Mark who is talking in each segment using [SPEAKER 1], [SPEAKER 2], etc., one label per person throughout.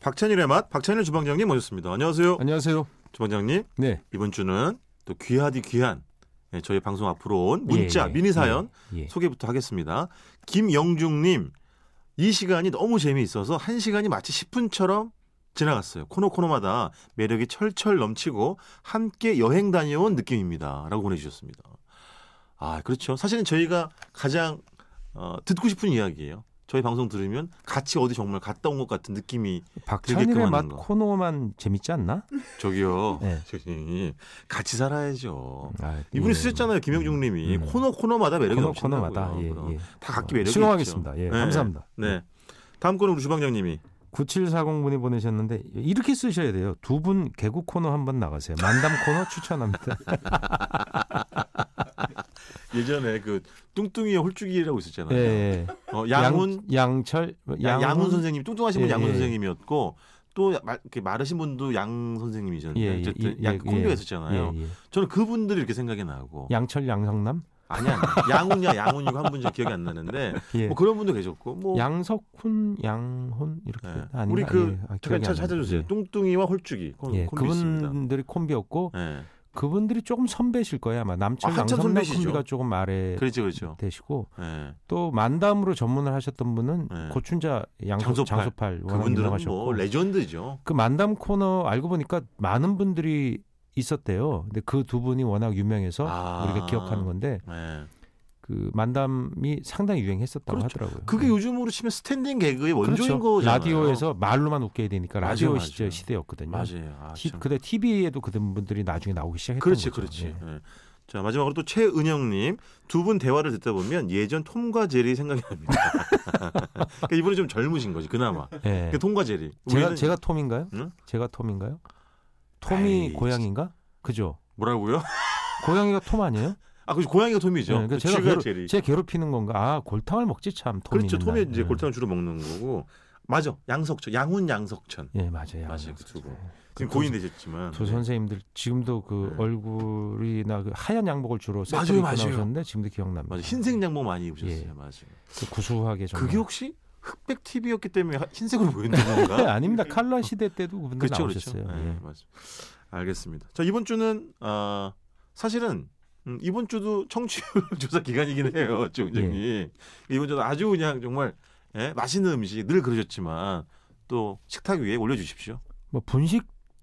[SPEAKER 1] 박찬일의 맛 박찬일 주방장님 모셨습니다. 안녕하세요.
[SPEAKER 2] 안녕하세요.
[SPEAKER 1] 주방장님
[SPEAKER 2] 네.
[SPEAKER 1] 이번 주는 또 귀하디 귀한 예, 저희 방송 앞으로 온 문자
[SPEAKER 3] 예, 예.
[SPEAKER 1] 미니 사연
[SPEAKER 3] 예. 예.
[SPEAKER 1] 소개부터 하겠습니다. 김영중님 이 시간이 너무 재미있어서 한 시간이 마치 10분처럼 지나갔어요. 코너 코너마다 매력이 철철 넘치고 함께 여행 다녀온 느낌입니다.라고 보내주셨습니다. 아 그렇죠. 사실은 저희가 가장 어, 듣고 싶은 이야기예요. 저희 방송 들으면 같이 어디 정말 갔다 온 것 같은 느낌이
[SPEAKER 3] 박찬일의
[SPEAKER 1] 하는
[SPEAKER 3] 맛
[SPEAKER 1] 거.
[SPEAKER 3] 코너만 재밌지 않나?
[SPEAKER 1] 저기요.
[SPEAKER 3] 네.
[SPEAKER 1] 저기 같이 살아야죠.
[SPEAKER 3] 아,
[SPEAKER 1] 이분이
[SPEAKER 3] 예.
[SPEAKER 1] 쓰셨잖아요. 김영중님이
[SPEAKER 3] 음.
[SPEAKER 1] 코너 코너마다 매력이
[SPEAKER 3] 코너
[SPEAKER 1] 넘친다고요.
[SPEAKER 3] 코너마다 예,
[SPEAKER 1] 그럼.
[SPEAKER 3] 예.
[SPEAKER 1] 다 각기 매력이
[SPEAKER 3] 신청하겠습니다.
[SPEAKER 1] 있죠.
[SPEAKER 3] 예,
[SPEAKER 1] 네.
[SPEAKER 3] 감사합니다.
[SPEAKER 1] 네. 다음 거는 우리 주방장님이
[SPEAKER 3] 9740분이 보내셨는데 이렇게 쓰셔야 돼요. 두 분 개그 코너 한번 나가세요. 만담 코너 추천합니다.
[SPEAKER 1] 예전에 그 뚱뚱이의 홀쭉이라고 있었잖아요.
[SPEAKER 3] 예, 예.
[SPEAKER 1] 어, 양훈
[SPEAKER 3] 양, 철
[SPEAKER 1] 양, 훈 선생님 뚱뚱하신 분
[SPEAKER 3] 예,
[SPEAKER 1] 양훈
[SPEAKER 3] 예.
[SPEAKER 1] 선생님이었고 또 마, 이렇게 마르신 분도 양 선생님이셨는데 어쨌든
[SPEAKER 3] 예,
[SPEAKER 1] 양
[SPEAKER 3] 예,
[SPEAKER 1] 콤비가
[SPEAKER 3] 예.
[SPEAKER 1] 있었잖아요.
[SPEAKER 3] 예, 예.
[SPEAKER 1] 저는 그분들이 이렇게 생각이 나고
[SPEAKER 3] 양철 양성남
[SPEAKER 1] 아니야 아니야. 양훈이야 양훈이고 한 분이 기억이 안 나는데
[SPEAKER 3] 예.
[SPEAKER 1] 뭐 그런 분도 계셨고 뭐
[SPEAKER 3] 양석훈 양훈 이렇게
[SPEAKER 1] 네.
[SPEAKER 3] 아닌가?
[SPEAKER 1] 우리 그
[SPEAKER 3] 예. 아,
[SPEAKER 1] 잠깐
[SPEAKER 3] 기억이
[SPEAKER 1] 찾-
[SPEAKER 3] 안 나요.
[SPEAKER 1] 찾아주세요.
[SPEAKER 3] 예.
[SPEAKER 1] 뚱뚱이와 홀쭉이 콤,
[SPEAKER 3] 예,
[SPEAKER 1] 콤비 있습니다.
[SPEAKER 3] 그분들이 콤비였고
[SPEAKER 1] 예,
[SPEAKER 3] 그분들이 조금 선배실 거예요 아마 남철
[SPEAKER 1] 아, 한참
[SPEAKER 3] 양성남
[SPEAKER 1] 선배시죠.
[SPEAKER 3] 콤비가 조금 아래
[SPEAKER 1] 그렇죠 그렇죠.
[SPEAKER 3] 되시고
[SPEAKER 1] 예.
[SPEAKER 3] 또 만담으로 전문을 하셨던 분은
[SPEAKER 1] 네.
[SPEAKER 3] 고춘자 양소,
[SPEAKER 1] 장소팔.
[SPEAKER 3] 장소팔 워낙
[SPEAKER 1] 그분들은
[SPEAKER 3] 유명하셨고
[SPEAKER 1] 뭐 레전드죠.
[SPEAKER 3] 그 만담 코너 알고 보니까 많은 분들이 있었대요. 근데 그 두 분이 워낙 유명해서
[SPEAKER 1] 아.
[SPEAKER 3] 우리가 기억하는 건데
[SPEAKER 1] 예.
[SPEAKER 3] 그 만담이 상당히 유행했었다고
[SPEAKER 1] 그렇죠.
[SPEAKER 3] 하더라고요.
[SPEAKER 1] 그게
[SPEAKER 3] 네.
[SPEAKER 1] 요즘으로 치면 스탠딩 개그의 원조인
[SPEAKER 3] 그렇죠.
[SPEAKER 1] 거잖아요.
[SPEAKER 3] 라디오에서 말로만 웃겨야 되니까
[SPEAKER 1] 맞아요,
[SPEAKER 3] 라디오
[SPEAKER 1] 맞아요.
[SPEAKER 3] 시절 시대였거든요.
[SPEAKER 1] 맞아요. 아,
[SPEAKER 3] 티,
[SPEAKER 1] 참.
[SPEAKER 3] 근데 TV에도 그런 분들이 나중에 나오기 시작했던
[SPEAKER 1] 그렇지,
[SPEAKER 3] 거죠.
[SPEAKER 1] 그렇지.
[SPEAKER 3] 예.
[SPEAKER 1] 예. 자 마지막으로 또 최은영님 두 분 대화를 듣다 보면 예전 톰과 제리 생각이 납니다. 그러니까 이분이 좀 젊으신 거지 그나마.
[SPEAKER 3] 예.
[SPEAKER 1] 그 톰과 제리.
[SPEAKER 3] 제가
[SPEAKER 1] 우리는-
[SPEAKER 3] 제가 톰인가요?
[SPEAKER 1] 응?
[SPEAKER 3] 제가 톰인가요? 톰이
[SPEAKER 1] 아이,
[SPEAKER 3] 고양인가? 그죠?
[SPEAKER 1] 뭐라고요?
[SPEAKER 3] 고양이가 톰 아니에요?
[SPEAKER 1] 아, 그 고양이가 톰이죠.
[SPEAKER 3] 네, 그러니까
[SPEAKER 1] 그
[SPEAKER 3] 제가
[SPEAKER 1] 쥐가
[SPEAKER 3] 괴롭,
[SPEAKER 1] 제리.
[SPEAKER 3] 제 괴롭히는 건가? 아 골탕을 먹지 참. 톰이
[SPEAKER 1] 그렇죠.
[SPEAKER 3] 있는
[SPEAKER 1] 톰이
[SPEAKER 3] 날.
[SPEAKER 1] 이제
[SPEAKER 3] 네.
[SPEAKER 1] 골탕 주로 먹는 거고. 맞아. 양석천, 양훈 양석천.
[SPEAKER 3] 예 맞아요.
[SPEAKER 1] 맞아요.
[SPEAKER 3] 맞아요.
[SPEAKER 1] 그두 분.
[SPEAKER 3] 그
[SPEAKER 1] 지금
[SPEAKER 3] 두-
[SPEAKER 1] 고인 되셨지만.
[SPEAKER 3] 두 선생님들 지금도 그
[SPEAKER 1] 네.
[SPEAKER 3] 얼굴이나 그 하얀 양복을 주로 세트로
[SPEAKER 1] 맞아요,
[SPEAKER 3] 입고
[SPEAKER 1] 맞아요.
[SPEAKER 3] 나오셨는데 지금도 기억납니다.
[SPEAKER 1] 맞아. 흰색 양복 많이 입으셨어요.
[SPEAKER 3] 예.
[SPEAKER 1] 맞아요.
[SPEAKER 3] 그 구수하게 정말.
[SPEAKER 1] 그게 혹시 흑백 TV였기 때문에 하- 흰색으로 보였던 건가?
[SPEAKER 3] 네, 아닙니다. 칼라 시대 때도 그분들
[SPEAKER 1] 그렇죠, 그렇죠.
[SPEAKER 3] 나오셨어요.
[SPEAKER 1] 네,
[SPEAKER 3] 예.
[SPEAKER 1] 맞습니다. 알겠습니다. 자 이번 주는 아 사실은 음, 이번 주도 청취율 조사 기간이긴 해요, 정장님.
[SPEAKER 3] 예.
[SPEAKER 1] 그러니까 이번 주도 아주 그냥 정말 예, 맛있는 음식 늘 그러셨지만 또 식탁 위에 올려주십시오.
[SPEAKER 3] 뭐 분식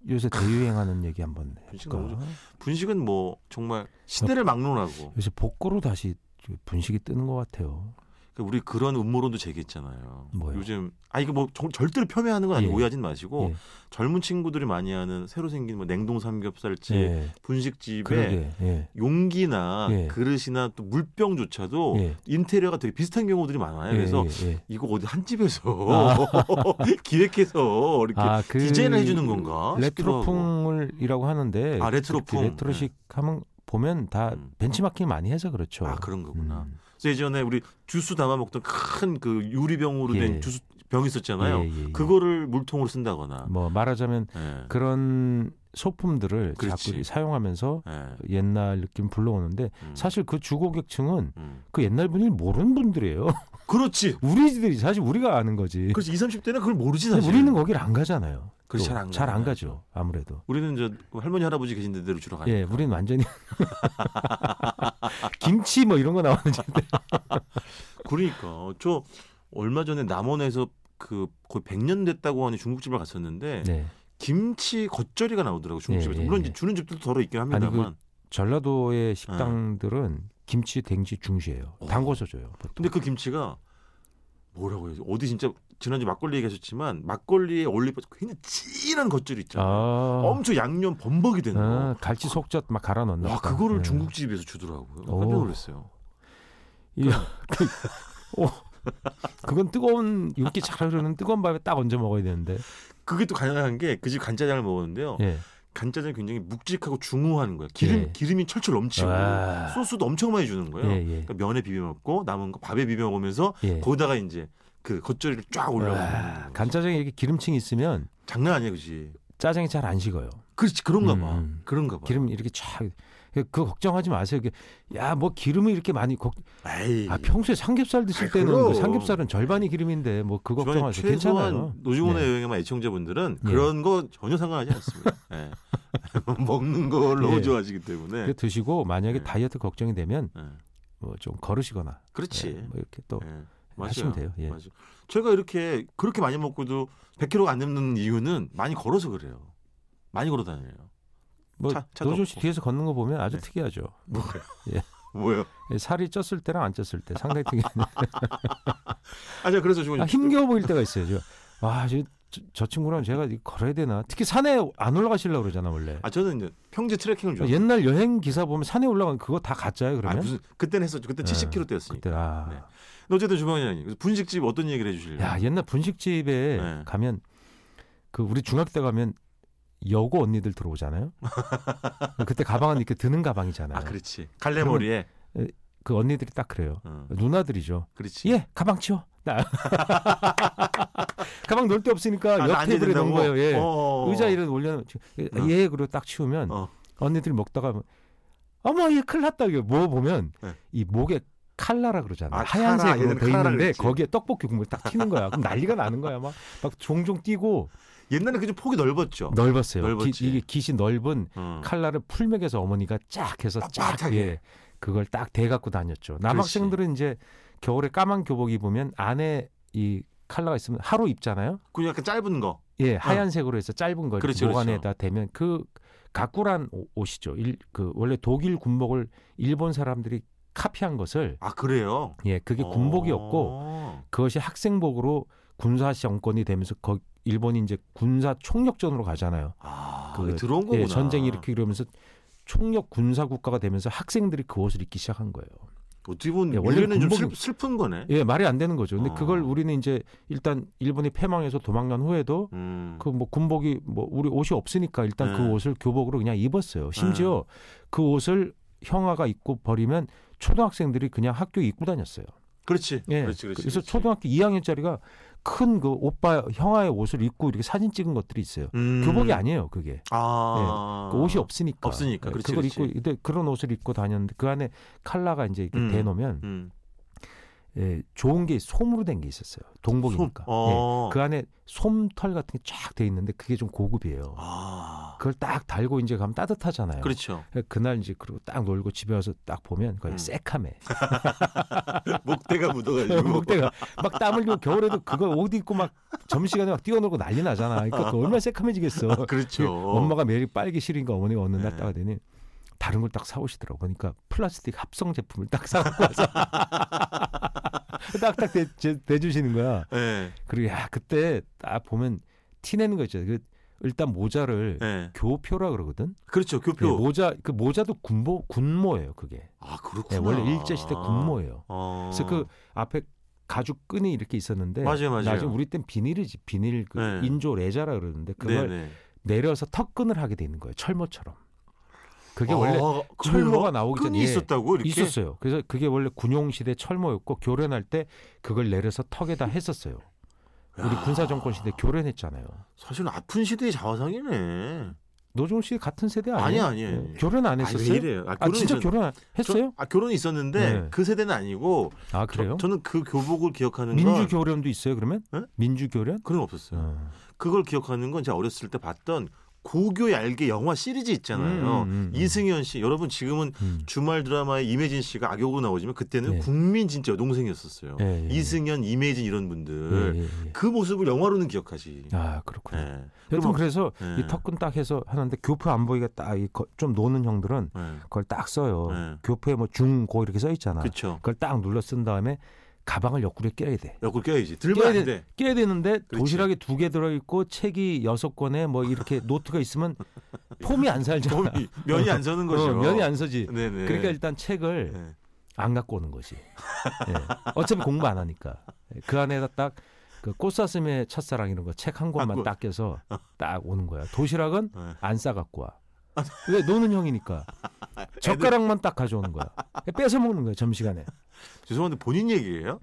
[SPEAKER 3] 요새 대유행하는 얘기 한번 해볼까?
[SPEAKER 1] 분식 너무 분식은 뭐 정말 시대를 막론하고
[SPEAKER 3] 요새 복고로 다시 저 분식이 뜨는 것 같아요.
[SPEAKER 1] 그 우리 그런 음모론도 제기했잖아요.
[SPEAKER 3] 뭐요?
[SPEAKER 1] 요즘 아 이거 뭐 정- 절대로 폄훼하는 건 아니고
[SPEAKER 3] 예.
[SPEAKER 1] 오해하진 마시고
[SPEAKER 3] 예.
[SPEAKER 1] 젊은 친구들이 많이 하는 새로 생긴 뭐 냉동 삼겹살집,
[SPEAKER 3] 예.
[SPEAKER 1] 분식집에
[SPEAKER 3] 그러게. 예.
[SPEAKER 1] 용기나
[SPEAKER 3] 예.
[SPEAKER 1] 그릇이나 또 물병조차도
[SPEAKER 3] 예.
[SPEAKER 1] 인테리어가 되게 비슷한 경우들이 많아요. 그래서
[SPEAKER 3] 예, 예.
[SPEAKER 1] 이거 어디 한 집에서 기획해서 이렇게
[SPEAKER 3] 아, 그
[SPEAKER 1] 디자인을 해주는 건가? 싶기도 하고.
[SPEAKER 3] 레트로풍을이라고 하는데
[SPEAKER 1] 아, 레트로풍. 네.
[SPEAKER 3] 그 레트로식 하면 보면 다
[SPEAKER 1] 음.
[SPEAKER 3] 벤치마킹 많이 해서 그렇죠.
[SPEAKER 1] 아 그런 거구나.
[SPEAKER 3] 음.
[SPEAKER 1] 그래서 예전에 우리 주스 담아 먹던 큰 그 유리병으로 된
[SPEAKER 3] 예.
[SPEAKER 1] 주스 병 있었잖아요.
[SPEAKER 3] 예, 예, 예.
[SPEAKER 1] 그거를 물통으로 쓴다거나.
[SPEAKER 3] 뭐 말하자면
[SPEAKER 1] 예.
[SPEAKER 3] 그런 소품들을
[SPEAKER 1] 그렇지.
[SPEAKER 3] 자꾸 사용하면서
[SPEAKER 1] 예.
[SPEAKER 3] 옛날 느낌 불러오는데
[SPEAKER 1] 음.
[SPEAKER 3] 사실 그 주고객층은
[SPEAKER 1] 음.
[SPEAKER 3] 그 옛날 분위기 모르는 분들이에요.
[SPEAKER 1] 그렇지.
[SPEAKER 3] 우리들이 사실 우리가 아는 거지.
[SPEAKER 1] 그렇지. 2, 30대는 그걸 모르지
[SPEAKER 3] 근데
[SPEAKER 1] 사실.
[SPEAKER 3] 우리는 거기를 안 가잖아요.
[SPEAKER 1] 그렇지, 잘안 가요.
[SPEAKER 3] 잘안 가죠. 아무래도.
[SPEAKER 1] 우리는 저 할머니 할아버지 계신 데대로 주로 가니까.
[SPEAKER 3] 예, 우리는 완전히 김치 뭐 이런 거 나오는지
[SPEAKER 1] 그러니까 저 얼마 전에 남원에서 그 거의 100년 됐다고 하는 중국집을 갔었는데
[SPEAKER 3] 네.
[SPEAKER 1] 김치 겉절이가 나오더라고 중국집에서
[SPEAKER 3] 예, 예,
[SPEAKER 1] 물론
[SPEAKER 3] 예.
[SPEAKER 1] 이제 주는 집들도 덜어 있긴 합니다만 그
[SPEAKER 3] 전라도의 식당들은 김치 댕지 중시해요.
[SPEAKER 1] 어.
[SPEAKER 3] 담궈서 줘요. 보통.
[SPEAKER 1] 근데 그 김치가 뭐라고 해야지 어디 진짜 지난주 막걸리 얘기하셨지만 막걸리에 올리브 굉장히 진한 겉절이 있잖아요
[SPEAKER 3] 아,
[SPEAKER 1] 엄청 양념 범벅이 되는
[SPEAKER 3] 아, 갈치 속젓 막 갈아 넣나?
[SPEAKER 1] 거 와
[SPEAKER 3] 보다.
[SPEAKER 1] 그거를
[SPEAKER 3] 네.
[SPEAKER 1] 중국집에서 주더라고요
[SPEAKER 3] 오.
[SPEAKER 1] 깜짝 놀랐어요
[SPEAKER 3] 이- 그, 어, 그건 뜨거운 윤기 잘 흐르는 뜨거운 밥에 딱 얹어 먹어야 되는데.
[SPEAKER 1] 그게 또 가능한 게 그 집 간짜장을 먹었는데요
[SPEAKER 3] 예.
[SPEAKER 1] 간짜장이 굉장히 묵직하고 중후한 거야 기름,
[SPEAKER 3] 예.
[SPEAKER 1] 기름이 철철 넘치고
[SPEAKER 3] 와.
[SPEAKER 1] 소스도 엄청 많이 주는
[SPEAKER 3] 예,
[SPEAKER 1] 거예요
[SPEAKER 3] 예.
[SPEAKER 1] 그러니까 면에 비벼 먹고 남은 거 밥에 비벼 먹으면서
[SPEAKER 3] 예.
[SPEAKER 1] 거기다가 이제 그 겉절이를 쫙 올려먹는
[SPEAKER 3] 와,
[SPEAKER 1] 거.
[SPEAKER 3] 간짜장에 이렇게 기름층이 있으면
[SPEAKER 1] 장난 아니야, 그지?
[SPEAKER 3] 짜장이 잘 안 식어요.
[SPEAKER 1] 그렇지 그런가 봐.
[SPEAKER 3] 음.
[SPEAKER 1] 그런가 봐.
[SPEAKER 3] 기름 이렇게 쫙 그 걱정하지 마세요. 야 뭐 기름을 이렇게 많이 걱...
[SPEAKER 1] 에이.
[SPEAKER 3] 아 평소에 삼겹살 드실 때는
[SPEAKER 1] 예. 그럼.
[SPEAKER 3] 뭐 삼겹살은 절반이 기름인데 뭐 그
[SPEAKER 1] 주방에
[SPEAKER 3] 걱정하세요. 괜찮아요.
[SPEAKER 1] 최소한 예. 노중훈의
[SPEAKER 3] 네.
[SPEAKER 1] 여행에만 애청자분들은
[SPEAKER 3] 예.
[SPEAKER 1] 그런 거 전혀 상관하지 않습니다. 예. 먹는 걸 너무
[SPEAKER 3] 예.
[SPEAKER 1] 좋아하시기 때문에.
[SPEAKER 3] 그 드시고 만약에
[SPEAKER 1] 네.
[SPEAKER 3] 다이어트 걱정이 되면
[SPEAKER 1] 예.
[SPEAKER 3] 뭐 좀 걸으시거나
[SPEAKER 1] 그렇지.
[SPEAKER 3] 예, 뭐 이렇게 또
[SPEAKER 1] 예.
[SPEAKER 3] 하시면 돼요. 예.
[SPEAKER 1] 맞아요. 제가 이렇게 그렇게 많이 먹고도 100kg가 안 넘는 이유는 많이 걸어서 그래요. 많이 걸어 다녀요.
[SPEAKER 3] 뭐
[SPEAKER 1] 차- 차도
[SPEAKER 3] 노조 씨
[SPEAKER 1] 없고.
[SPEAKER 3] 뒤에서 걷는 거 보면 아주
[SPEAKER 1] 네.
[SPEAKER 3] 특이하죠.
[SPEAKER 1] 뭐요?
[SPEAKER 3] 예, 살이 쪘을 때랑 안 쪘을 때 상당히 특이해.
[SPEAKER 1] 아, 제가 그래서 지금
[SPEAKER 3] 아, 힘겨워 보일 때가 있어요. 저. 와, 저, 저- 저 친구랑 제가 이거 걸어야 되나? 특히 산에 안 올라가시려고 그러잖아, 원래.
[SPEAKER 1] 아 저는 이제 평지 트레킹을 좋아.
[SPEAKER 3] 옛날 여행 기사 보면 산에 올라가면 그거 다 가짜예요,
[SPEAKER 1] 아
[SPEAKER 3] 그러면?
[SPEAKER 1] 무슨 그때는 했었죠. 그때
[SPEAKER 3] 예.
[SPEAKER 1] 70kg 때였으니까.
[SPEAKER 3] 그때 아.
[SPEAKER 1] 네. 어쨌든 주방장님 그래서 분식집 어떤 얘기를 해주실래요?
[SPEAKER 3] 야, 옛날 분식집에
[SPEAKER 1] 네.
[SPEAKER 3] 가면 그 우리 중학교 때 가면 여고 언니들 들어오잖아요. 그때 가방은 이렇게 드는 가방이잖아요.
[SPEAKER 1] 아 그렇지. 갈래머리에.
[SPEAKER 3] 그 언니들이 딱 그래요.
[SPEAKER 1] 어,
[SPEAKER 3] 누나들이죠.
[SPEAKER 1] 그렇지.
[SPEAKER 3] 예, 가방 치워. 나 가방 놓을 데 없으니까
[SPEAKER 1] 아,
[SPEAKER 3] 옆
[SPEAKER 1] 나 앉아야
[SPEAKER 3] 테이블에 넣은
[SPEAKER 1] 된다고?
[SPEAKER 3] 거예요. 예.
[SPEAKER 1] 어어어.
[SPEAKER 3] 의자 이런 올려놓 예,
[SPEAKER 1] 어.
[SPEAKER 3] 예, 그리고 딱 치우면
[SPEAKER 1] 어.
[SPEAKER 3] 언니들이 먹다가 어머 얘 큰일 났다 이거 뭐 보면
[SPEAKER 1] 네.
[SPEAKER 3] 이 목에 칼라라 그러잖아
[SPEAKER 1] 아,
[SPEAKER 3] 요
[SPEAKER 1] 카라.
[SPEAKER 3] 하얀색으로 뭐
[SPEAKER 1] 얘네는
[SPEAKER 3] 돼
[SPEAKER 1] 카라라
[SPEAKER 3] 있는데
[SPEAKER 1] 그랬지.
[SPEAKER 3] 거기에 떡볶이 국물 딱 튀는 거야 그럼 난리가 나는 거야 막, 막 종종 뛰고
[SPEAKER 1] 옛날에 그좀 폭이 넓었죠.
[SPEAKER 3] 넓었어요
[SPEAKER 1] 넓었지.
[SPEAKER 3] 기, 이게 깃이 넓은
[SPEAKER 1] 어.
[SPEAKER 3] 칼라를 풀맥에서 어머니가 쫙 해서 쫙
[SPEAKER 1] 빳빳하게.
[SPEAKER 3] 예, 그걸 딱 대갖고 다녔죠 남학생들은 이제 겨울에 까만 교복 입으면 안에 이 칼라가 있으면 하루 입잖아요
[SPEAKER 1] 그 약간 짧은 거.
[SPEAKER 3] 예, 하얀색으로 해서 짧은 걸
[SPEAKER 1] 어. 그렇죠,
[SPEAKER 3] 목
[SPEAKER 1] 그렇죠.
[SPEAKER 3] 안에다 대면 그 가꾸란 옷- 옷이죠. 일, 그 원래 독일 군복을 일본 사람들이 카피한 것을
[SPEAKER 1] 아 그래요.
[SPEAKER 3] 예, 그게
[SPEAKER 1] 어.
[SPEAKER 3] 군복이었고 그것이 학생복으로 군사 정권이 되면서 거, 일본이 이제 군사 총력전으로 가잖아요.
[SPEAKER 1] 아,
[SPEAKER 3] 그,
[SPEAKER 1] 들어온 거구나.
[SPEAKER 3] 예, 전쟁 이렇게 이러면서 총력 군사 국가가 되면서 학생들이 그 옷을 입기 시작한 거예요.
[SPEAKER 1] 뭐 어떻게 보면
[SPEAKER 3] 예, 원래
[SPEAKER 1] 원래는 좀
[SPEAKER 3] 군복이-
[SPEAKER 1] 슬, 슬픈 거네.
[SPEAKER 3] 예, 말이 안 되는 거죠. 근데
[SPEAKER 1] 어.
[SPEAKER 3] 그걸 우리는 이제 일단 일본이 패망해서 도망간 후에도
[SPEAKER 1] 음.
[SPEAKER 3] 그 뭐 군복이 뭐 우리 옷이 없으니까 일단
[SPEAKER 1] 네.
[SPEAKER 3] 그 옷을 교복으로 그냥 입었어요. 심지어 그 옷을 형아가 입고 버리면 초등학생들이 그냥 학교에 입고 다녔어요.
[SPEAKER 1] 그렇지.
[SPEAKER 3] 예.
[SPEAKER 1] 그렇지, 그렇지.
[SPEAKER 3] 래서
[SPEAKER 1] 그렇지.
[SPEAKER 3] 초등학교 2학년짜리가 큰 그 오빠 형아의 옷을 입고 이렇게 사진 찍은 것들이 있어요.
[SPEAKER 1] 음.
[SPEAKER 3] 교복이 아니에요, 그게.
[SPEAKER 1] 아.
[SPEAKER 3] 그 옷이 없으니까.
[SPEAKER 1] 없으니까, 그렇지,
[SPEAKER 3] 걸
[SPEAKER 1] 그렇지.
[SPEAKER 3] 입고 근데 그런 옷을 입고 다녔는데 그 안에 칼라가 이제 이렇게
[SPEAKER 1] 음.
[SPEAKER 3] 대놓으면
[SPEAKER 1] 음.
[SPEAKER 3] 예, 좋은 게 솜으로 된 게 있었어요. 동복이니까.
[SPEAKER 1] 솜. 어.
[SPEAKER 3] 예. 그 안에 솜털 같은 게 쫙 돼 있는데 그게 좀 고급이에요.
[SPEAKER 1] 아.
[SPEAKER 3] 그걸 딱 달고 이제 가면 따뜻하잖아요.
[SPEAKER 1] 그렇죠.
[SPEAKER 3] 날 이제 그리고 딱 놀고 집에 와서 딱 보면 거의
[SPEAKER 1] 음.
[SPEAKER 3] 새카매
[SPEAKER 1] 목대가 묻어가지고.
[SPEAKER 3] 목대가 막 땀 흘리고 겨울에도 그거 옷 입고 막 점심시간에 막 뛰어놀고 난리 나잖아. 그러니까 그 얼마나 새카매지겠어.
[SPEAKER 1] 그렇죠.
[SPEAKER 3] 예. 엄마가 매일 빨기 싫으니까 어머니가 어느 날
[SPEAKER 1] 네.
[SPEAKER 3] 따가 되니 다른 걸 딱 사오시더라고. 그러니까 플라스틱 합성 제품을 딱 사갖고 와서 딱딱 대, 제- 대주시는 거야.
[SPEAKER 1] 예.
[SPEAKER 3] 그리고 야 그때 딱 보면 티 내는 거 있잖아. 그 일단 모자를
[SPEAKER 1] 예.
[SPEAKER 3] 교표라 그러거든.
[SPEAKER 1] 그렇죠.
[SPEAKER 3] 예,
[SPEAKER 1] 교표.
[SPEAKER 3] 모자 그 모자도 군모 군모예요 그게
[SPEAKER 1] 아,
[SPEAKER 3] 예,
[SPEAKER 1] 그렇구나.
[SPEAKER 3] 원래 일제 시대 군모예요.
[SPEAKER 1] 아. 어.
[SPEAKER 3] 그래서 그 앞에 가죽 끈이 이렇게 있었는데
[SPEAKER 1] 맞아요, 맞아요.
[SPEAKER 3] 나중에 우리 땐 비닐이지 비닐 그
[SPEAKER 1] 네.
[SPEAKER 3] 인조 레자라 그러는데 그걸
[SPEAKER 1] 네네.
[SPEAKER 3] 내려서 턱끈을 하게 돼 있는 거예요 철모처럼. 그게
[SPEAKER 1] 아,
[SPEAKER 3] 원래
[SPEAKER 1] 그래요?
[SPEAKER 3] 철모가 나오기 전에
[SPEAKER 1] 끈이
[SPEAKER 3] 예,
[SPEAKER 1] 있었다고 이렇게.
[SPEAKER 3] 있었어요. 그래서 그게 원래 군용 시대 철모였고 교련할 때 그걸 내려서 턱에다 했었어요. 우리
[SPEAKER 1] 음. 야.
[SPEAKER 3] 군사 정권 시대 교련했잖아요.
[SPEAKER 1] 사실은 아픈 시대의 자화상이네.
[SPEAKER 3] 노종 씨 같은 세대 아니에요?
[SPEAKER 1] 아니, 아니, 아니.
[SPEAKER 3] 예, 교련 안
[SPEAKER 1] 아니, 왜
[SPEAKER 3] 했었어요?
[SPEAKER 1] 이래요? 아,
[SPEAKER 3] 아, 진짜
[SPEAKER 1] 있었-
[SPEAKER 3] 결혼 했어요?
[SPEAKER 1] 저- 아, 결혼이 있었는데
[SPEAKER 3] 네.
[SPEAKER 1] 그 세대는 아니고
[SPEAKER 3] 아 그래요?
[SPEAKER 1] 저, 는그 교복을 기억하는
[SPEAKER 3] 민주
[SPEAKER 1] 건 아,
[SPEAKER 3] 교련도 네. 있어요 그러면?
[SPEAKER 1] 예?
[SPEAKER 3] 민주 교련? 아.
[SPEAKER 1] 그런 거 없었어요. 그걸 기억하는 건 제가 어렸을 때 봤던 고교 얄개 영화 시리즈 있잖아요.
[SPEAKER 3] 음, 음, 음.
[SPEAKER 1] 이승현 씨, 여러분 지금은
[SPEAKER 3] 음.
[SPEAKER 1] 주말 드라마에 이매진 씨가 악역으로 나오지만 그때는
[SPEAKER 3] 예.
[SPEAKER 1] 국민 진짜 여동생이었었어요.
[SPEAKER 3] 예, 예, 예.
[SPEAKER 1] 이승현, 이매진 이런 분들
[SPEAKER 3] 예, 예, 예.
[SPEAKER 1] 그 모습을 영화로는 기억하지.
[SPEAKER 3] 아 그렇군요.
[SPEAKER 1] 예.
[SPEAKER 3] 여튼
[SPEAKER 1] 그러면-
[SPEAKER 3] 그래서
[SPEAKER 1] 예.
[SPEAKER 3] 이 턱끈 딱 해서 하는데 교표 안 보이게 딱좀 노는 형들은
[SPEAKER 1] 예.
[SPEAKER 3] 그걸 딱 써요.
[SPEAKER 1] 예.
[SPEAKER 3] 교표에 뭐 중고 이렇게 써 있잖아.
[SPEAKER 1] 그쵸.
[SPEAKER 3] 그걸 딱 눌러 쓴 다음에 가방을 옆구리에 끼워야 돼.
[SPEAKER 1] 옆구리 껴야지. 들면
[SPEAKER 3] 껴야
[SPEAKER 1] 안 돼.
[SPEAKER 3] 끼워야 되는데
[SPEAKER 1] 그렇지.
[SPEAKER 3] 도시락이 두 개 들어 있고 책이 여섯 권에 뭐 이렇게 노트가 있으면 폼이 안 살잖아.
[SPEAKER 1] 몸이 면이 안 서는 거죠.
[SPEAKER 3] 어, 면이 안 서지.
[SPEAKER 1] 네네.
[SPEAKER 3] 그러니까 일단 책을
[SPEAKER 1] 예.
[SPEAKER 3] 안 갖고 오는 거지. 예. 어차피 공부 안 하니까 그 안에다 딱 그 꽃사슴의 첫사랑 이런 거 책 한
[SPEAKER 1] 아,
[SPEAKER 3] 권만
[SPEAKER 1] 그-
[SPEAKER 3] 딱 깨서 딱 오는 거야. 도시락은
[SPEAKER 1] 네.
[SPEAKER 3] 안 싸 갖고 와. 왜 노는 형이니까 젓가락만 딱 가져오는 거야. 뺏어 먹는 거야 점심시간에.
[SPEAKER 1] 죄송한데 본인 얘기예요?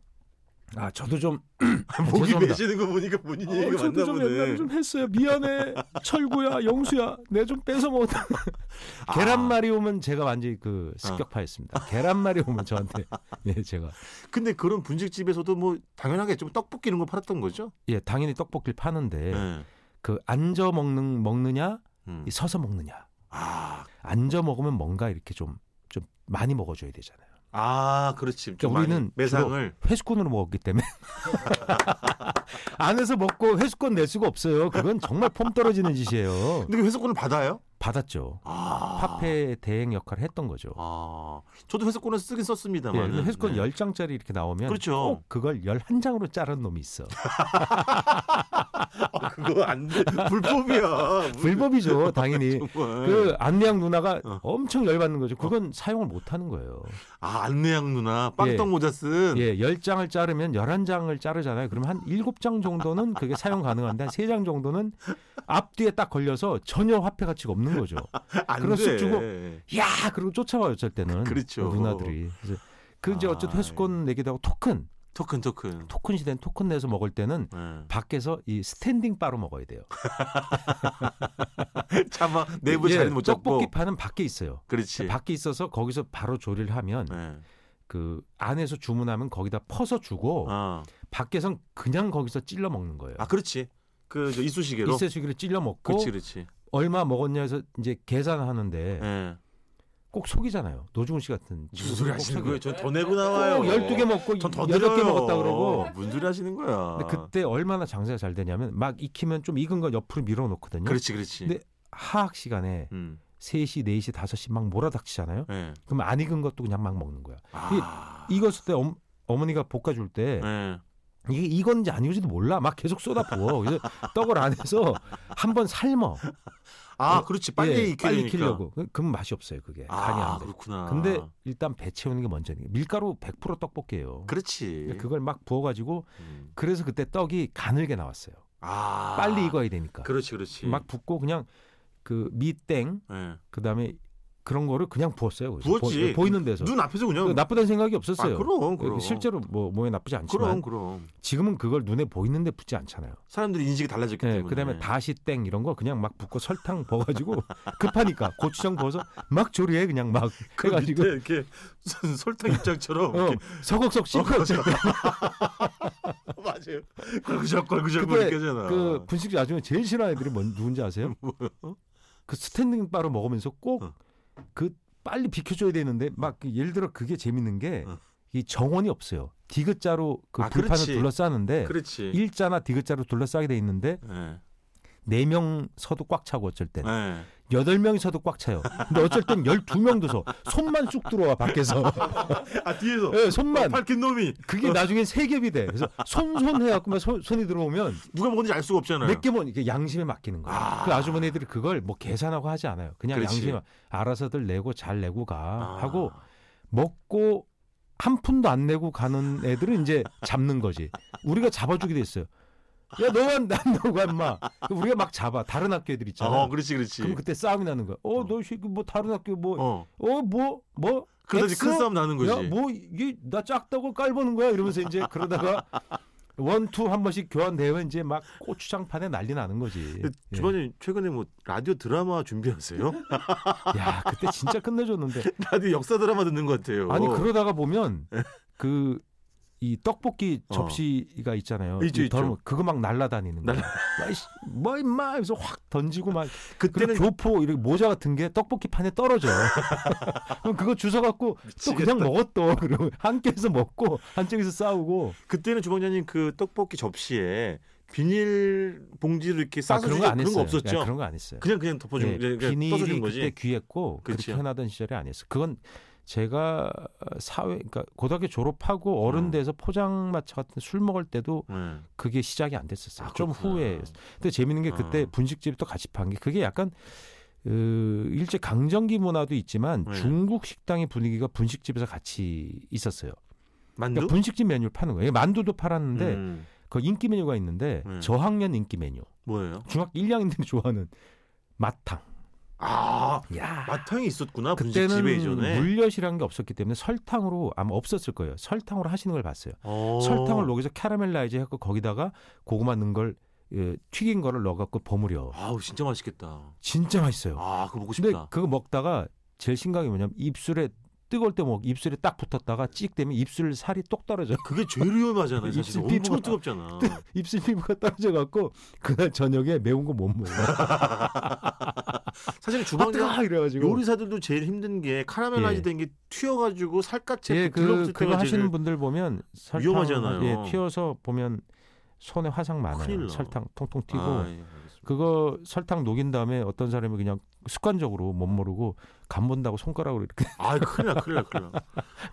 [SPEAKER 3] 아 저도 좀
[SPEAKER 1] 아, 목이
[SPEAKER 3] 죄송합니다.
[SPEAKER 1] 메시는 거 보니까 본인
[SPEAKER 3] 아,
[SPEAKER 1] 얘기가
[SPEAKER 3] 저도
[SPEAKER 1] 맞나
[SPEAKER 3] 좀
[SPEAKER 1] 보네.
[SPEAKER 3] 옛날에 좀 했어요. 미안해. 철구야, 영수야, 내 좀 뺏어 먹었다.
[SPEAKER 1] 아. 어.
[SPEAKER 3] 계란말이 오면 제가 완전히 그 습격파였습니다. 계란말이 오면 저한테 예 제가
[SPEAKER 1] 근데 그런 분식집에서도 뭐 당연하게 좀 떡볶이 이런 거 팔았던 거죠?
[SPEAKER 3] 예 당연히 떡볶이를 파는데
[SPEAKER 1] 네.
[SPEAKER 3] 그 앉아 먹는 먹느냐
[SPEAKER 1] 음.
[SPEAKER 3] 이 서서 먹느냐
[SPEAKER 1] 아,
[SPEAKER 3] 앉아 먹으면 뭔가 이렇게 좀 좀 많이 먹어줘야 되잖아요.
[SPEAKER 1] 아, 그렇지. 좀
[SPEAKER 3] 그러니까
[SPEAKER 1] 많이
[SPEAKER 3] 우리는
[SPEAKER 1] 매상을
[SPEAKER 3] 회수권으로 먹었기 때문에 안에서 먹고 회수권 낼 수가 없어요. 그건 정말 폼 떨어지는 짓이에요.
[SPEAKER 1] 근데 그 회수권을 받아요?
[SPEAKER 3] 받았죠.
[SPEAKER 1] 아.
[SPEAKER 3] 화폐 대행 역할을 했던 거죠.
[SPEAKER 1] 아. 저도 회수권을 쓰긴 네.
[SPEAKER 3] 예,
[SPEAKER 1] 썼습니다만.
[SPEAKER 3] 근데 회수권 10장짜리 이렇게 나오면
[SPEAKER 1] 그렇죠.
[SPEAKER 3] 꼭 그걸 11장으로 자른 놈이 있어.
[SPEAKER 1] 아, 그거 안 돼. 불법이야.
[SPEAKER 3] 불법이죠, 당연히.
[SPEAKER 1] 정말.
[SPEAKER 3] 그 안내양 누나가
[SPEAKER 1] 네. 어.
[SPEAKER 3] 엄청 열받는 거죠. 그건 사용을 못 하는 거예요.
[SPEAKER 1] 아, 안내양 누나 빵떡
[SPEAKER 3] 예.
[SPEAKER 1] 모자 쓴.
[SPEAKER 3] 예, 10장을 자르면 11장을 자르잖아요. 그러면 한 7장 정도는 그게 사용 가능한데 한 3장 정도는 앞뒤에 딱 걸려서 전혀 화폐 가치가 없는 거죠.
[SPEAKER 1] 안
[SPEAKER 3] 그런
[SPEAKER 1] 돼.
[SPEAKER 3] 쑥 주고. 야, 그러고 쫓아와요, 어쩔 때는.
[SPEAKER 1] 그렇죠.
[SPEAKER 3] 누나들이. 그래서 그 이제 어쨌든
[SPEAKER 1] 아,
[SPEAKER 3] 회수권 내기도 하고 토큰,
[SPEAKER 1] 토큰 토큰.
[SPEAKER 3] 토큰 시대는 토큰 내서 먹을 때는
[SPEAKER 1] 예.
[SPEAKER 3] 밖에서 이 스탠딩 바로 먹어야 돼요.
[SPEAKER 1] 차마 내부
[SPEAKER 3] 예,
[SPEAKER 1] 자리는 못 잡고. 예.
[SPEAKER 3] 떡볶이 파는 밖에 있어요.
[SPEAKER 1] 그렇지.
[SPEAKER 3] 밖에 있어서 거기서 바로 조리를 하면
[SPEAKER 1] 예.
[SPEAKER 3] 그 안에서 주문하면 거기다 퍼서 주고
[SPEAKER 1] 아.
[SPEAKER 3] 밖에선 그냥 거기서 찔러 먹는 거예요.
[SPEAKER 1] 아, 그렇지. 그저 이쑤시개로.
[SPEAKER 3] 이세수기를 찔러 먹고
[SPEAKER 1] 그렇지, 그렇지.
[SPEAKER 3] 얼마 먹었냐 해서 이제 계산하는데
[SPEAKER 1] 예.
[SPEAKER 3] 꼭 속이잖아요. 노중훈 씨 같은
[SPEAKER 1] 무슨 소리 하시는 거예요?
[SPEAKER 3] 꼭
[SPEAKER 1] 전 더 내고 나와요.
[SPEAKER 3] 속여요. 꼭 어, 12개 먹고
[SPEAKER 1] 전더 아.
[SPEAKER 3] 8개 먹었다 그러고
[SPEAKER 1] 무슨 소리 하시는 거야?
[SPEAKER 3] 근데 그때 얼마나 장사가 잘 되냐면 막 익히면 좀 익은 걸 옆으로 밀어 놓거든요.
[SPEAKER 1] 그렇지, 그렇지.
[SPEAKER 3] 근데 하학 시간에
[SPEAKER 1] 음.
[SPEAKER 3] 3시, 4시, 5시 막 몰아닥치잖아요.
[SPEAKER 1] 예.
[SPEAKER 3] 그럼 안 익은 것도 그냥 막 먹는 거야.
[SPEAKER 1] 아.
[SPEAKER 3] 익었을 때 엄, 어머니가 볶아줄 때
[SPEAKER 1] 예.
[SPEAKER 3] 이게 익었는지 안 익었는지도 몰라. 막 계속 쏟아부어. 그래서 떡을 안에서 한 번 삶어.
[SPEAKER 1] 아, 그렇지. 빨리
[SPEAKER 3] 예,
[SPEAKER 1] 익히려니까.
[SPEAKER 3] 빨리 익히려고. 그- 그럼 맛이 없어요. 그게 간이
[SPEAKER 1] 아,
[SPEAKER 3] 안 돼.
[SPEAKER 1] 그렇구나.
[SPEAKER 3] 근데 일단 배 채우는 게 먼저니 밀가루 100% 떡볶이에요.
[SPEAKER 1] 그렇지.
[SPEAKER 3] 걸막 부어가지고
[SPEAKER 1] 음.
[SPEAKER 3] 그래서 그때 떡이 가늘게 나왔어요.
[SPEAKER 1] 아.
[SPEAKER 3] 빨리 익어야 되니까.
[SPEAKER 1] 그렇지, 그렇지.
[SPEAKER 3] 막 붓고 그냥 그 미땡
[SPEAKER 1] 예.
[SPEAKER 3] 그다음에 그런 거를 그냥 부었어요. 거기서.
[SPEAKER 1] 부었지.
[SPEAKER 3] 보, 이는 데서.
[SPEAKER 1] 눈 앞에서 그냥
[SPEAKER 3] 나쁘다는 생각이
[SPEAKER 1] 아,
[SPEAKER 3] 없었어요. 예,
[SPEAKER 1] 그럼, 그럼.
[SPEAKER 3] 실제로 뭐 몸에 나쁘지
[SPEAKER 1] 그럼,
[SPEAKER 3] 않지만
[SPEAKER 1] 그럼.
[SPEAKER 3] 지금은 그걸 눈에 보이는데 붙지 않잖아요.
[SPEAKER 1] 사람들이 인식이 달라졌기
[SPEAKER 3] 예,
[SPEAKER 1] 때문에.
[SPEAKER 3] 그다음에 다시 땡 이런 거 그냥 막 붓고 설탕 부어가지고 급하니까 고추장 부어서 막 조리해 그냥 막
[SPEAKER 1] 그
[SPEAKER 3] 해가지고
[SPEAKER 1] 밑에 이렇게 설- 설탕 입장처럼
[SPEAKER 3] 어,
[SPEAKER 1] 이렇게
[SPEAKER 3] 서걱서걱 씹고
[SPEAKER 1] 그렇죠. 맞아요. 걸그적 걸그적
[SPEAKER 3] 그때
[SPEAKER 1] 거리잖아.
[SPEAKER 3] 그 분식집 아줌마 제일 싫어하는 애들이 뭔 누군지 아세요? 그 스탠딩 바로 먹으면서 꼭 그
[SPEAKER 1] 어.
[SPEAKER 3] 빨리 비켜줘야 되는데 막그 예를 들어 그게 재밌는 게 이
[SPEAKER 1] 어.
[SPEAKER 3] 정원이 없어요. 디귿자로 그
[SPEAKER 1] 아,
[SPEAKER 3] 불판을
[SPEAKER 1] 그렇지.
[SPEAKER 3] 둘러싸는데
[SPEAKER 1] 그렇지.
[SPEAKER 3] 일자나 디귿자로 둘러싸게 돼 있는데
[SPEAKER 1] 예.
[SPEAKER 3] 네 명서도 꽉 차고 어쩔 땐
[SPEAKER 1] 예.
[SPEAKER 3] 여덟 명이서도 꽉 차요. 근데 어쩔 땐 열두 명도 서 손만 쑥 들어와 밖에서
[SPEAKER 1] 아 뒤에서
[SPEAKER 3] 예, 손만
[SPEAKER 1] 밝힌 놈이
[SPEAKER 3] 그게 나중에 세 겹이 돼. 그래서 손손 해갖고 막 손, 손이 들어오면
[SPEAKER 1] 누가 먹었는지 알 수가 없잖아요.
[SPEAKER 3] 몇 개만 뭐 이게 양심에 맡기는 거예요.
[SPEAKER 1] 아.
[SPEAKER 3] 그 아주머니들이 그걸 뭐 계산하고 하지 않아요. 그냥
[SPEAKER 1] 그렇지.
[SPEAKER 3] 양심에 맡- 알아서들 내고 잘 내고 가
[SPEAKER 1] 아.
[SPEAKER 3] 하고 먹고 한 푼도 안 내고 가는 애들은 이제 잡는 거지. 우리가 잡아주기도 했어요. 야 너만 난 너고 가 임마. 우리가 막 잡아 다른 학교 애들 있잖아.
[SPEAKER 1] 어, 그렇지, 그렇지.
[SPEAKER 3] 그럼 그때 싸움이 나는 거야.
[SPEAKER 1] 어.
[SPEAKER 3] 어너 새끼 뭐 다른 학교
[SPEAKER 1] 어.
[SPEAKER 3] 뭐 어 뭐 뭐.
[SPEAKER 1] 그러다 이제
[SPEAKER 3] X?
[SPEAKER 1] 큰 싸움 나는 거지.
[SPEAKER 3] 야, 뭐 이게 나 작다고 깔보는 거야 이러면서 이제 그러다가 원투 한 번씩 교환되면 이제 막 고추장판에 난리 나는 거지.
[SPEAKER 1] 근데
[SPEAKER 3] 예.
[SPEAKER 1] 주방님 최근에 뭐 라디오 드라마 준비하세요?
[SPEAKER 3] 야, 그때 진짜 끝내줬는데.
[SPEAKER 1] 라디오 역사 드라마 듣는 것 같아요.
[SPEAKER 3] 아니 그러다가 보면 그 이 떡볶이 접시가 있잖아요.
[SPEAKER 1] 어. 있죠,
[SPEAKER 3] 이 더러운
[SPEAKER 1] 있죠.
[SPEAKER 3] 거. 그거 막 날라다니는 거.
[SPEAKER 1] 날라-
[SPEAKER 3] 아이씨, 뭐 임마 하면서 확 던지고 막 그리고
[SPEAKER 1] 그때는
[SPEAKER 3] 교포 이렇게 모자 같은 게 떡볶이 판에 떨어져. 그럼 그거 주워 갖고 또
[SPEAKER 1] 미치겠다.
[SPEAKER 3] 그냥 먹었어. 그리고 한쪽에서 먹고 한쪽에서 싸우고. 아,
[SPEAKER 1] 그때는 주방장님 그 떡볶이 접시에 비닐 봉지를 이렇게
[SPEAKER 3] 아,
[SPEAKER 1] 싸서
[SPEAKER 3] 그런
[SPEAKER 1] 주지
[SPEAKER 3] 거 안
[SPEAKER 1] 그런
[SPEAKER 3] 했어요.
[SPEAKER 1] 거 없었죠.
[SPEAKER 3] 야, 그런 거 안 했어요.
[SPEAKER 1] 그냥 그냥 덮어준
[SPEAKER 3] 예,
[SPEAKER 1] 그냥 그냥 그러니까 떠서
[SPEAKER 3] 비닐이
[SPEAKER 1] 준 거지.
[SPEAKER 3] 그때 귀했고 그렇게
[SPEAKER 1] 그렇죠.
[SPEAKER 3] 해놔던 시절이 아니었어. 그건 제가 사회 그러니까 고등학교 졸업하고 어른
[SPEAKER 1] 음.
[SPEAKER 3] 돼서 포장마차 같은 술 먹을 때도
[SPEAKER 1] 네.
[SPEAKER 3] 그게 시작이 안 됐었어요.
[SPEAKER 1] 아,
[SPEAKER 3] 좀
[SPEAKER 1] 그렇구나.
[SPEAKER 3] 후에. 근데 재밌는 게 그때
[SPEAKER 1] 어.
[SPEAKER 3] 분식집도 같이 판 게 그게 약간 어, 일제 강점기 문화도 있지만
[SPEAKER 1] 네.
[SPEAKER 3] 중국 식당의 분위기가 분식집에서 같이 있었어요.
[SPEAKER 1] 만두?
[SPEAKER 3] 그러니까 분식집 메뉴를 파는 거예요. 만두도 팔았는데
[SPEAKER 1] 음.
[SPEAKER 3] 그 인기 메뉴가 있는데
[SPEAKER 1] 네.
[SPEAKER 3] 저학년 인기 메뉴.
[SPEAKER 1] 뭐예요?
[SPEAKER 3] 중학교 1학년들이 좋아하는 마탕.
[SPEAKER 1] 아
[SPEAKER 3] 야.
[SPEAKER 1] 마탕이 있었구나 분식 어, 집에
[SPEAKER 3] 그때는
[SPEAKER 1] 이전에.
[SPEAKER 3] 물엿이라는 게 없었기 때문에 설탕으로 아마 없었을 거예요. 설탕으로 하시는 걸 봤어요.
[SPEAKER 1] 어.
[SPEAKER 3] 설탕을 녹여서 캐러멜라이즈 했고 거기다가 고구마 넣은 걸 예, 튀긴 거를 넣어갖고 버무려.
[SPEAKER 1] 아우 진짜 맛있겠다.
[SPEAKER 3] 진짜 맛있어요.
[SPEAKER 1] 아 그거 먹고
[SPEAKER 3] 근데
[SPEAKER 1] 싶다.
[SPEAKER 3] 그거 먹다가 제일 심각한 게 뭐냐면 입술에 뜨거울 때 먹, 입술에 딱 붙었다가 찍 되면 입술 살이 똑 떨어져.
[SPEAKER 1] 그게 제일 위험하잖아요. 사실
[SPEAKER 3] 입술
[SPEAKER 1] 엄청
[SPEAKER 3] 삐죽었다.
[SPEAKER 1] 뜨겁잖아.
[SPEAKER 3] 입술 피부가 떨어져갖고 그날 저녁에 매운 거 못 먹어.
[SPEAKER 1] 아, 사실
[SPEAKER 3] 아,
[SPEAKER 1] 주방장
[SPEAKER 3] 뜨거 이래가지고.
[SPEAKER 1] 요리사들도 제일 힘든 게 카라멜라이즈
[SPEAKER 3] 예.
[SPEAKER 1] 된 게 튀어가지고 살갗에
[SPEAKER 3] 예, 그
[SPEAKER 1] 들렀을
[SPEAKER 3] 그거
[SPEAKER 1] 때가 제일
[SPEAKER 3] 하시는 분들 보면 설탕
[SPEAKER 1] 위험하잖아요.
[SPEAKER 3] 예, 튀어서 보면 손에 화상 많아요.
[SPEAKER 1] 큰일 나.
[SPEAKER 3] 설탕 통통 튀고
[SPEAKER 1] 아, 예, 알겠습니다.
[SPEAKER 3] 그거 설탕 녹인 다음에 어떤 사람이 그냥 습관적으로 못 모르고 간 본다고 손가락으로 이렇게
[SPEAKER 1] 아 큰일 나 큰일 나 큰일 나.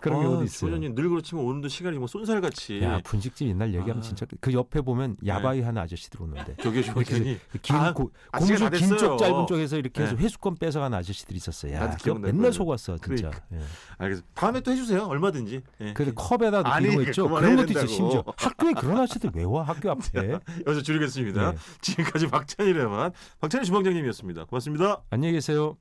[SPEAKER 3] 그런
[SPEAKER 1] 아,
[SPEAKER 3] 경우도 있어요.
[SPEAKER 1] 조원님 늘 그렇지만 오늘도 시간이 뭐 쏜살같이
[SPEAKER 3] 야 분식집 옛날 얘기하면
[SPEAKER 1] 아.
[SPEAKER 3] 진짜 그 옆에 보면 야바이 하는 아저씨 들어오는데
[SPEAKER 1] 저기 조원이
[SPEAKER 3] 긴
[SPEAKER 1] 아,
[SPEAKER 3] 고,
[SPEAKER 1] 아, 시간
[SPEAKER 3] 공주
[SPEAKER 1] 다
[SPEAKER 3] 긴
[SPEAKER 1] 됐어요.
[SPEAKER 3] 쪽 짧은 쪽에서 이렇게 해서
[SPEAKER 1] 네.
[SPEAKER 3] 회수권 뺏어가는 아저씨들이 있었어요. 야,
[SPEAKER 1] 나도
[SPEAKER 3] 그거
[SPEAKER 1] 기억나요, 그러니까. 그거는.
[SPEAKER 3] 맨날 속았어 진짜. 예.
[SPEAKER 1] 알겠습니다. 다음에 또 해주세요 얼마든지. 예.
[SPEAKER 3] 그래 컵에다
[SPEAKER 1] 아니,
[SPEAKER 3] 넣는 거 있죠.
[SPEAKER 1] 그만해야
[SPEAKER 3] 그런 것도 있어
[SPEAKER 1] 된다고.
[SPEAKER 3] 심지어 학교에 그런 아저씨들 왜 와 학교 앞에.
[SPEAKER 1] 여기서 줄이겠습니다.
[SPEAKER 3] 네.
[SPEAKER 1] 지금까지 박찬일의 맛 박찬일 주방장님이었습니다. 고맙습니다.
[SPEAKER 3] 안녕히 계세요.